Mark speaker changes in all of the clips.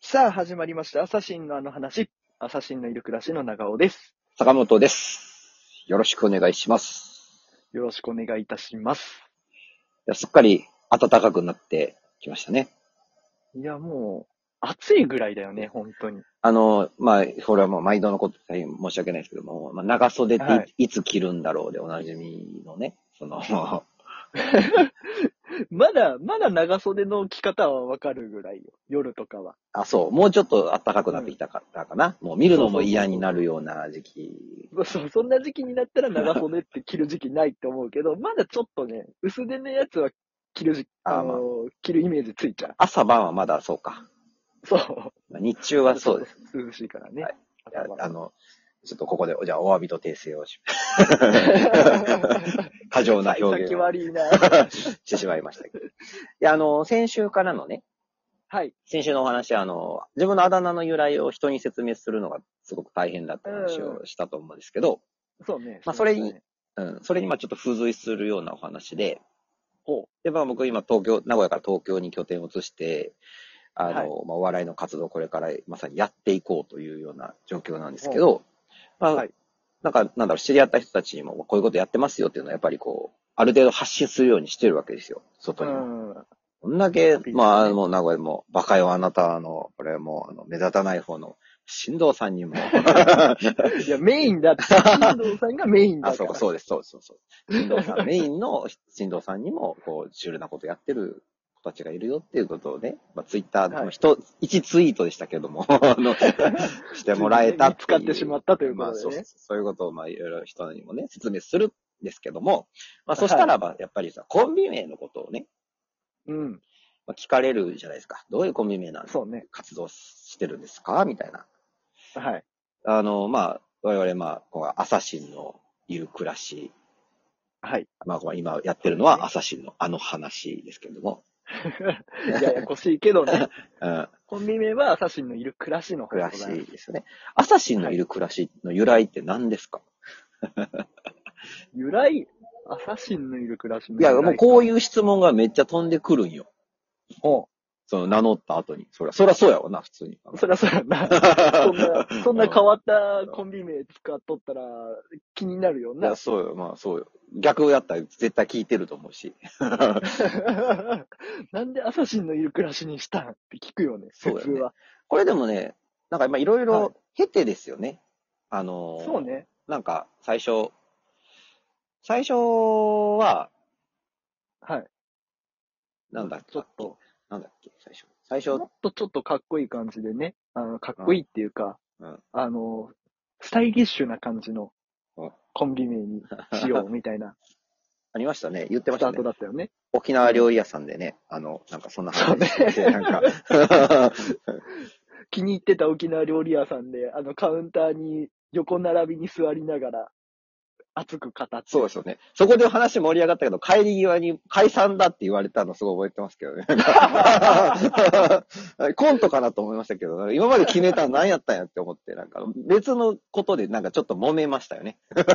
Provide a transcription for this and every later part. Speaker 1: さあ、始まりました。アサシンのあの話。アサシンのいる暮らしの長尾です。
Speaker 2: 坂本です。よろしくお願いします。
Speaker 1: よろしくお願いいたします。
Speaker 2: いやすっかり暖かくなってきましたね。
Speaker 1: いや、もう、暑いぐらいだよね、本当に。
Speaker 2: あの、まあ、これはもう毎度のこと大変申し訳ないですけども、まあ、長袖ってい,、
Speaker 1: はい
Speaker 2: つ着るんだろうでおなじみのね、その、
Speaker 1: まだ、まだ長袖の着方はわかるぐらいよ。夜とかは。
Speaker 2: あ、そう、もうちょっと暖かくなってきたからかな。もう見るのも嫌になるような時期。
Speaker 1: そう、そんな時期になったら長袖って着る時期ないって思うけど、まだちょっとね、薄手のやつは着る時
Speaker 2: あ
Speaker 1: あ
Speaker 2: ーまあ
Speaker 1: の着るイメージついちゃう。
Speaker 2: 朝晩はまだそうか。
Speaker 1: そう。
Speaker 2: まあ日中はそうです。
Speaker 1: ちょっと涼しいからね。
Speaker 2: はいいや
Speaker 1: 朝は
Speaker 2: あの、ちょっとここで、じゃあお詫びと訂正をし、過剰な表現
Speaker 1: 先
Speaker 2: を
Speaker 1: 悪いな。
Speaker 2: してしまいましたけど。いや、あの、先週からのね、
Speaker 1: はい。
Speaker 2: 先週のお話、あの、自分のあだ名の由来を人に説明するのがすごく大変だって話をしたと思うんですけど、
Speaker 1: そうね。
Speaker 2: まあそれにうん、それにまあちょっと付随するようなお話で、
Speaker 1: ほう。
Speaker 2: で、まあ僕今東京、名古屋から東京に拠点を移して、あの、
Speaker 1: はい
Speaker 2: まあお笑いの活動をこれからまさにやっていこうというような状況なんですけど、まあ、
Speaker 1: はい
Speaker 2: なんか、なんだろう、知り合った人たちにも、こういうことやってますよっていうのはやっぱりこう、ある程度発信するようにしてるわけですよ、外にも。
Speaker 1: うん。
Speaker 2: こんだけ
Speaker 1: ピーチ、ね
Speaker 2: まあ、もう名古屋も、バカよあなたの、これもう、あの、目立たない方の、新藤さん にも、
Speaker 1: いや、メインだって。新藤さんがメインだ
Speaker 2: あ、
Speaker 1: から。
Speaker 2: そうか、そうです、そうです、そうです。新藤さん、メインの新藤さんにも、こう、シュールなことやってる子たちがいるよっていうことをね、まあ、ツイッター
Speaker 1: は
Speaker 2: の
Speaker 1: い
Speaker 2: 人、一ツイートでしたけども、 あ の、してもらえた
Speaker 1: 使ってしま
Speaker 2: っ
Speaker 1: ったと
Speaker 2: て
Speaker 1: い
Speaker 2: いううま
Speaker 1: こ
Speaker 2: あ、そ
Speaker 1: と
Speaker 2: う
Speaker 1: でね。
Speaker 2: そういうことを、まあ、いろいろ人にもね、説明するんですけども、まあ、そしたらば、やっぱりさ、コンビ名のことをね、
Speaker 1: うん。
Speaker 2: まあ、聞かれるじゃないですか。どういうコンビ名なんですか
Speaker 1: そうね。
Speaker 2: 活動してるんですかみたいな。
Speaker 1: はい。
Speaker 2: あの、まあ、我々、まあ、こうアサシンの言う暮らし、
Speaker 1: はい。
Speaker 2: まあ、こう今やってるのはアサシンのあの話ですけれども、
Speaker 1: ややこしいけど ね。
Speaker 2: うん、
Speaker 1: コンビ名はアサシンのいる暮らしの方
Speaker 2: 暮
Speaker 1: だ
Speaker 2: らしですよね。アサシンのいる暮らしの由来って何ですか、
Speaker 1: 由来、アサシンのいる暮らしの
Speaker 2: い、
Speaker 1: 由来。
Speaker 2: や、もうこう
Speaker 1: う。
Speaker 2: いう質問がめっちゃ飛んでくるんよ。その名乗った後に。そりゃ、そりゃそうやわな、普通に。
Speaker 1: そりゃそうやな。そん な、そんな変わったコンビ名使っとったら気になるよ
Speaker 2: い
Speaker 1: な
Speaker 2: や、。そうよ、まあ、そうよ。逆やったら絶対聞いてると思うし。
Speaker 1: なんでアサシンのいる暮らしにしたんって聞くよね、
Speaker 2: そう
Speaker 1: 普
Speaker 2: だよ
Speaker 1: 通
Speaker 2: ね
Speaker 1: は。
Speaker 2: これでもね、なんか今いろい
Speaker 1: はい
Speaker 2: ろ経てですよね。あのー
Speaker 1: そうね。
Speaker 2: なんか最初、最初は、
Speaker 1: はい。
Speaker 2: なんだっけ
Speaker 1: ちょっと。
Speaker 2: なんだっけ最初。最
Speaker 1: もっ、
Speaker 2: 初
Speaker 1: とちょっとかっこいい感じでね、あのかっこいいっていうか、
Speaker 2: うん
Speaker 1: あの、スタイリッシュな感じの
Speaker 2: うん
Speaker 1: コンビ名にしようみたいな
Speaker 2: ありましたね。言ってま
Speaker 1: ス
Speaker 2: し
Speaker 1: ター
Speaker 2: た
Speaker 1: ト
Speaker 2: ね。
Speaker 1: だったよね。
Speaker 2: 沖縄料理屋さんでね、あの、なんかそんな
Speaker 1: そう
Speaker 2: 話
Speaker 1: ね
Speaker 2: して、なん か、
Speaker 1: 気に入ってた沖縄料理屋さんで、あのカウンターに横並びに座りながら、熱く語って。
Speaker 2: そうですよね。そこで話盛り上がったけど、帰り際に解散だって言われたのすごい覚えてますけどね。 コントかなと思いましたけど、今まで決めたの何やったんやって思って、なんか別のことでなんかちょっと揉めましたよね。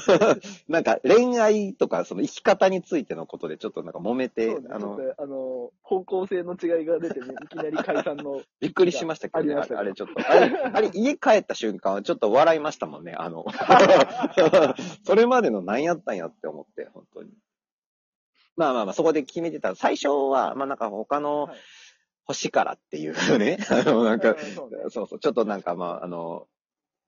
Speaker 1: そうね。
Speaker 2: なんか恋愛とかその生き方についてのことでちょっとなんか揉めて、
Speaker 1: そうね
Speaker 2: あ
Speaker 1: ちょ
Speaker 2: の
Speaker 1: っ、とあの、方向性の違いが出てね、 いきなり解散の、
Speaker 2: びっくりしましたけど
Speaker 1: あり
Speaker 2: ね、あ
Speaker 1: ました
Speaker 2: れ
Speaker 1: よ
Speaker 2: あれちょっと。あれ、あれ家帰った瞬間はちょっと笑いましたもんね、あの。それまでの何やったんやって思って、本当に。まあまあまあ、そこで決めてた。最初は、まあなんか他の
Speaker 1: はい
Speaker 2: 星からっていうね、 あのなんか、
Speaker 1: うんそうね
Speaker 2: そうそう、ちょっとなんかまあ、あの、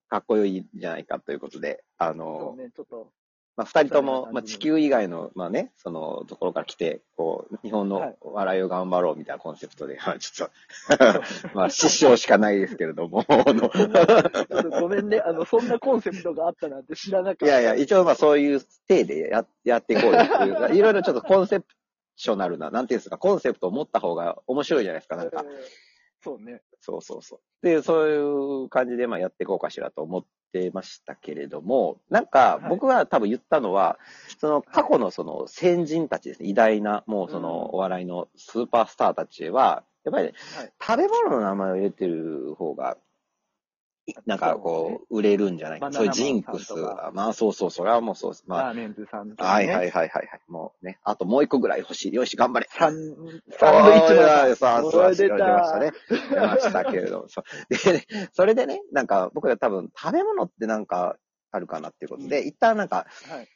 Speaker 2: かっこよいじゃないかということで、あ
Speaker 1: そ
Speaker 2: の
Speaker 1: う、ね、ちょっと、
Speaker 2: まあ、二人とも
Speaker 1: そ、う
Speaker 2: まあ、地球以外の、まあね、そのところから来て、こう、日本
Speaker 1: は
Speaker 2: の
Speaker 1: い
Speaker 2: 笑いを頑張ろうみたいなコンセプトで、まあちょっ と、まあ、失笑しかないですけれども、あ
Speaker 1: ちょ
Speaker 2: の
Speaker 1: っとごめんね、あの、そんなコンセプトがあったなんて知らなかった。
Speaker 2: いやいや、一応まあそういう体でややっていこうよっていう、いろいろちょっとコンセプショナルな、なんていうんですか、コンセプトを持った方が面白いじゃないですか、なんか
Speaker 1: え。ーそうね。
Speaker 2: そうそうそう。で、そういう感じで、まあ、やっていこうかしらと思ってましたけれども、なんか
Speaker 1: はい、
Speaker 2: 僕が多分言ったのは、その過去のその先人たちですね、偉大な、もうそ
Speaker 1: うん
Speaker 2: のお笑いのスーパースターたちは、やっぱりね、
Speaker 1: はい
Speaker 2: 食べ物の名前を入れてる方がなんかこう、売れるんじゃないか。
Speaker 1: バナナ
Speaker 2: そうい
Speaker 1: マン
Speaker 2: うジンクス
Speaker 1: さんとか
Speaker 2: は。まあそうそう、それはもうそうです。ま
Speaker 1: ラーメンズさんと
Speaker 2: あ、
Speaker 1: か、ね。
Speaker 2: はいはいはいはいはい。もうね、あともう一個ぐらい欲しい。よし、頑張れ。
Speaker 1: サン、サンドイッチマン
Speaker 2: さ
Speaker 1: さ
Speaker 2: あ、
Speaker 1: ん。
Speaker 2: そう
Speaker 1: これ
Speaker 2: 出
Speaker 1: 出
Speaker 2: ま
Speaker 1: た
Speaker 2: したね。 出ましたけれども。そうで、それでね、なんか僕ら多分食べ物ってなんかあるかなっていうことで、一旦なんか、
Speaker 1: はい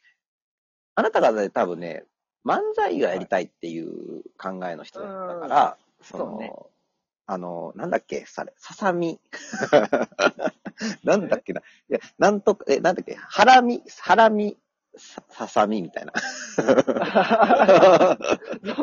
Speaker 2: あなたがね、多分ね、漫才がやりたいっていう考えの人だったから、その
Speaker 1: そうね
Speaker 2: あの、なんだっけ、され、ささみ。 なんだっけな。いや、なんとか、え、なんだっけ、ハラミ、ハラミ、さ、ささみみたい な。
Speaker 1: そ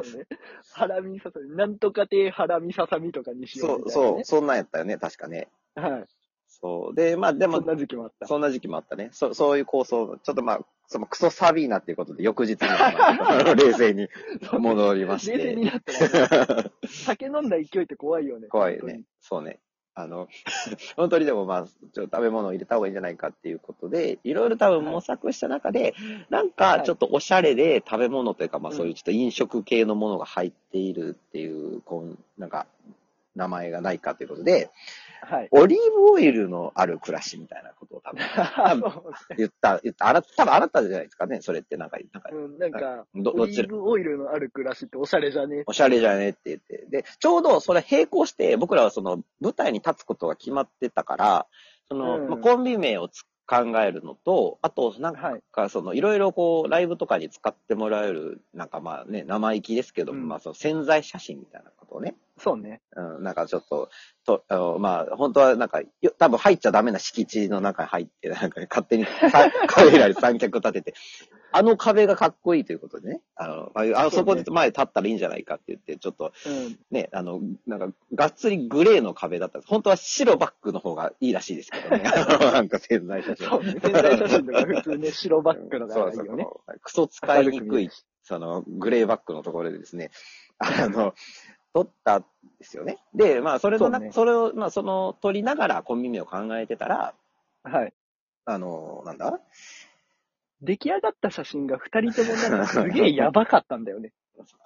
Speaker 1: うね。ハラミささみ。なんとかてハラミささみとかにし
Speaker 2: そ
Speaker 1: よう
Speaker 2: う、
Speaker 1: みたいな、
Speaker 2: そう、
Speaker 1: ね。
Speaker 2: そんなんやったよね、確かね。
Speaker 1: そう。 はい。
Speaker 2: そう。で、まあで
Speaker 1: そ
Speaker 2: も
Speaker 1: ん、な時期もあった。
Speaker 2: そんな時期もあったね。そそういう構想、ちょっとまあ、そのクソサビーなっていうことで、翌日に、あ の冷静に戻りまし
Speaker 1: 冷静に
Speaker 2: て。
Speaker 1: なったら、 酒飲んだ勢いって怖いよね。
Speaker 2: 怖いよ
Speaker 1: 本当に
Speaker 2: ね。。そうね。あの、 本当にでもまあ、ちょっと食べ物を入れた方がいいんじゃないかっていうことで、いろいろ多分模索した中で、なんかちょっとおしゃれで食べ物というか、まあ
Speaker 1: うん
Speaker 2: そういうちょっと飲食系のものが入っているっていう、こんなんか、名前がないかということで、
Speaker 1: はい。
Speaker 2: オリーブオイルのある暮らしみたいなことを多分言った、言った、あら、多分あなたじゃないですかね、それってなんか、なんか、
Speaker 1: うん、なんか、
Speaker 2: ど、
Speaker 1: オ
Speaker 2: ど
Speaker 1: リ
Speaker 2: ち
Speaker 1: ー
Speaker 2: ら、
Speaker 1: ブオイルのある暮らしっておしゃれじゃね
Speaker 2: おしゃれじゃねって言って。で、ちょうどそれ並行して、僕らはその舞台に立つことが決まってたから、その、
Speaker 1: うん
Speaker 2: まあコンビ名をつ考えるのと、あと、なん
Speaker 1: はい
Speaker 2: か、その、いろいろこう、ライブとかに使ってもらえる、なんかまあね、生意気ですけども、
Speaker 1: うん
Speaker 2: まあその潜在写真みたいなことをね、
Speaker 1: そうね。
Speaker 2: うん、なんかちょっと、と、あのまあ、本当はなんか、よ多分入っちゃダメな敷地の中に入って、なんか勝手 にさ彼らに三脚立てて、あの壁がかっこいいということでね、あの、ああ
Speaker 1: そ
Speaker 2: そ
Speaker 1: ね
Speaker 2: うこで前立ったらいいんじゃないかって言って、ちょっと
Speaker 1: うん。
Speaker 2: ね、あの、なんか、がっつりグレーの壁だったんです。本当は白バックの方がいいらしいですけど ね、あのなんか潜在写真。
Speaker 1: そうね。潜在写真とか普通ね、白バックのが
Speaker 2: そう
Speaker 1: いい
Speaker 2: そう
Speaker 1: よね。
Speaker 2: そうクソ使いにくい、その、グレーバックのところでですね、あの、撮ったんですよね。で、まあ、それのな、
Speaker 1: そうね
Speaker 2: それを、まあ、その、撮りながらコンビ名を考えてたら、
Speaker 1: はい。
Speaker 2: あの、なんだ
Speaker 1: 出来上がった写真が二人ともなんかすげえやばかったんだよ ね。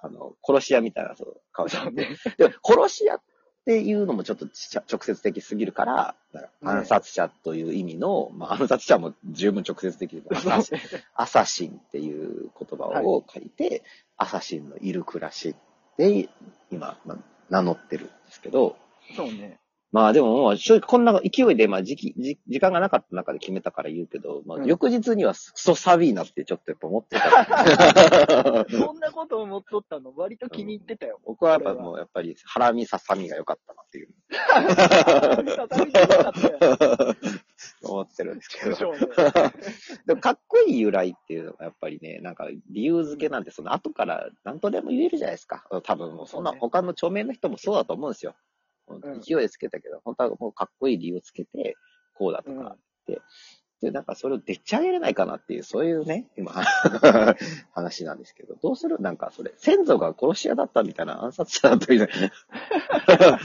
Speaker 2: あの、殺し屋みたいなそう顔して
Speaker 1: そう
Speaker 2: て。
Speaker 1: ね。
Speaker 2: でも、殺し屋っていうのもちょっとちゃ直接的すぎるから、なんか暗殺者という意味の、まあ、暗殺者も十分直接的だから
Speaker 1: そうね
Speaker 2: アサシンっていう言葉を書いて、アサシンのいる暮らしで今、ま名乗ってるんですけど、
Speaker 1: そうね。
Speaker 2: まあでももう正直こんな勢いで、まあ時期、時時間がなかった中で決めたから言うけど、まあ
Speaker 1: うん
Speaker 2: 翌日にはクソサビーなってちょっとやっぱ思って た。
Speaker 1: そんなこと思っとったの、割と気に入ってたよ。
Speaker 2: 僕はやっぱもうやっぱりハラミササミが良かったなっていう
Speaker 1: 畳じゃなかったよ。
Speaker 2: 思ってるんですけ
Speaker 1: でし
Speaker 2: ど。
Speaker 1: ょうね
Speaker 2: でもかっこいい由来っていうのがやっぱりね、なんか理由付けなんてその後から何とでも言えるじゃないですか。多分もうそんな
Speaker 1: そうね
Speaker 2: 他の著名の人もそうだと思うんですよ。
Speaker 1: ん
Speaker 2: 勢いつけたけど、本当はもうかっこいい理由つけて、こうだとかあって、で、なんかそれをでっち上げれないかなっていう、そういうね、今、 話なんですけど、どうするなんかそれ、先祖が殺し屋だったみたいな、暗殺者だったみたいな、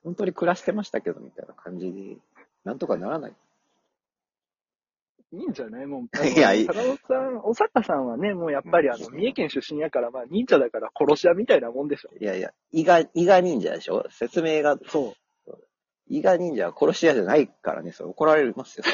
Speaker 2: 本当に暮らしてましたけどみたいな感じで、なんとかならない。
Speaker 1: いいんじゃないもう。
Speaker 2: いやいい
Speaker 1: 坂本さん、小坂さんはね、もうやっぱりあの、三重県出身やから、まあ、忍者だから殺し屋みたいなもんでしょ。
Speaker 2: いやいや、伊賀、伊賀忍者でしょ説明が
Speaker 1: そう。
Speaker 2: 伊賀忍者は殺し屋じゃないからね、それ怒られますよ。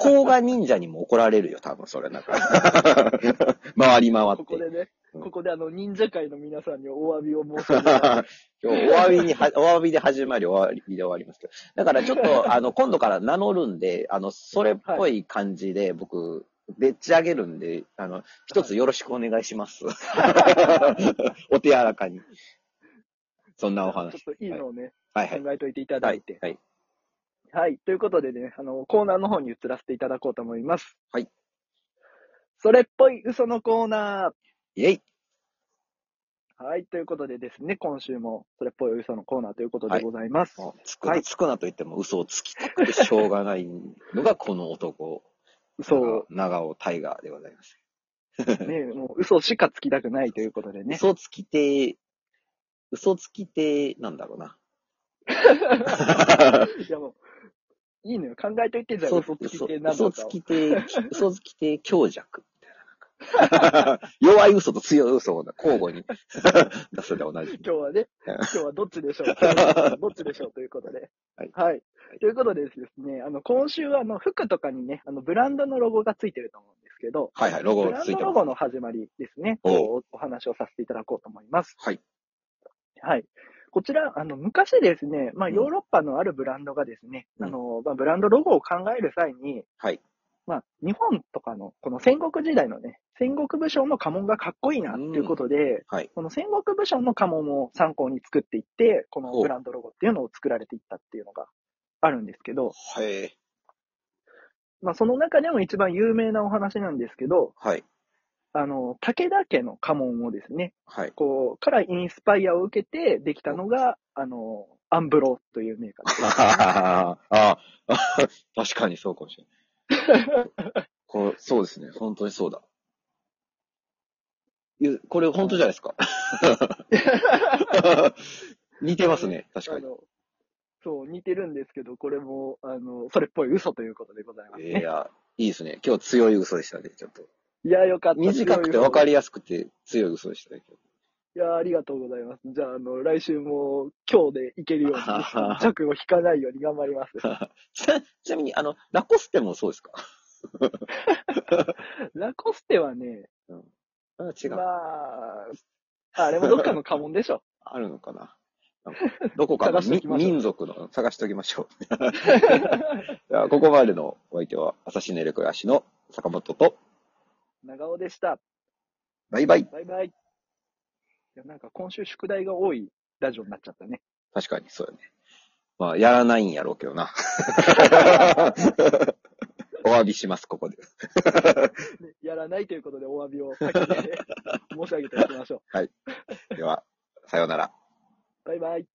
Speaker 2: 甲賀忍者にも怒られるよ、多分それなんか。 回り回って。
Speaker 1: ここでね、
Speaker 2: うん
Speaker 1: ここであの、忍者界の皆さんにお詫びを申し上げます。
Speaker 2: 今日、お詫び には、お詫びで始まり、お詫びで終わりますけど。だからちょっと、あの、今度から名乗るんで、あの、それっぽい感じで、僕、でっち上げるんで、あの、一つよろしくお願い します。お手柔らかに。そんなお話。
Speaker 1: ちょっといいのをね、
Speaker 2: はいはい。
Speaker 1: 考えといていただ
Speaker 2: はいい
Speaker 1: て。。
Speaker 2: はい。
Speaker 1: はい。ということでね、あの、コーナーの方に移らせていただこうと思います。
Speaker 2: はい。
Speaker 1: それっぽい嘘のコーナ
Speaker 2: イェイ
Speaker 1: ー。はい。ということでですね、今週もそれっぽい嘘のコーナーということ
Speaker 2: は
Speaker 1: で
Speaker 2: い
Speaker 1: ございます。
Speaker 2: もうつくな、つくなと言っても嘘をつきたくてしょうがないのがこの男、
Speaker 1: そう。
Speaker 2: 長尾大河でございます。
Speaker 1: ね、もう嘘しかつきたくないということ でね。
Speaker 2: 嘘つきて、嘘つきて、なんだろうな。
Speaker 1: いやもう、いいのよ。考えといてじゃあ
Speaker 2: 嘘
Speaker 1: 嘘つきてなんだ
Speaker 2: 嘘
Speaker 1: か
Speaker 2: つ
Speaker 1: を。
Speaker 2: きて、嘘つきて強弱みたいな。なんか 弱い嘘と強い嘘を交互に 出すで同じ。
Speaker 1: 今日はね、今日はどっちでしょ うどっちでしょうということで。
Speaker 2: はい
Speaker 1: ということでですね、あの、今週は、あの、服とかにね、あの、ブランドのロゴがついてると思うんですけど、
Speaker 2: はいはい、ロゴ
Speaker 1: ブ
Speaker 2: が
Speaker 1: ラン
Speaker 2: つい
Speaker 1: ド
Speaker 2: て
Speaker 1: ロ
Speaker 2: ます。
Speaker 1: ゴの始まりですね、
Speaker 2: おう
Speaker 1: おお話をさせていただこうと思います。
Speaker 2: はい。
Speaker 1: はい。こちら、あの、昔ですね、まあ、
Speaker 2: うん
Speaker 1: ヨーロッパのあるブランドがですね、
Speaker 2: うん
Speaker 1: あの、まあ、ブランドロゴを考える際に、
Speaker 2: はい。
Speaker 1: まあ、日本とかの、この戦国時代のね、戦国武将の家紋がかっこいいな、っていうことで、
Speaker 2: はい。
Speaker 1: この戦国武将の家紋を参考に作っていって、このブランドロゴっていうのを作られていったっていうのがあるんですけど、
Speaker 2: へえ。
Speaker 1: まあ、その中でも一番有名なお話なんですけど、
Speaker 2: はい。
Speaker 1: あの、武田家の家紋をですね、
Speaker 2: はい。
Speaker 1: こう、からインスパイアを受けてできたのが、あの、アンブロというメーカーです。
Speaker 2: ああ、 確かにそうかもしれ ない。これそうですね。本当にそうだ。いやこれ本当じゃないですか。 似てますね。 確か
Speaker 1: あ
Speaker 2: に。
Speaker 1: のそう、似てるんですけど、これも、あの、それっぽい嘘ということでございます
Speaker 2: い
Speaker 1: ね。
Speaker 2: や、いいですね。今日強い嘘でしたね。ちょっと。
Speaker 1: いや、よかった。
Speaker 2: 短くて分か
Speaker 1: り。
Speaker 2: りやすくて強い嘘でしたね。、
Speaker 1: いや、ありがとうございます。じゃあ、あの、来週も今日でいけるように 弱を引かないように頑張ります。
Speaker 2: ちなちなみに、あの、ラコステもそうですか
Speaker 1: ラコステはね、
Speaker 2: あ違
Speaker 1: ま
Speaker 2: う。
Speaker 1: あ、あれもどっかの家紋でしょ。
Speaker 2: あるのかななんかどこか
Speaker 1: 探
Speaker 2: の
Speaker 1: しておきましょう
Speaker 2: 民族の探しておきましょう。 ではここまでのお相手は、朝日寝る暮らしの坂本と、
Speaker 1: 長尾でした。
Speaker 2: バイバイ。
Speaker 1: バイバイ。いや、なんか今週宿題が多いラジオになっちゃったね。
Speaker 2: 確かに、そうよね。まあ、やらないんやろうけ どな。お詫びします、ここで。
Speaker 1: ねやらないということでお詫びを先にね申し上げておきましょ
Speaker 2: では、さようなら。
Speaker 1: う。バイバイ。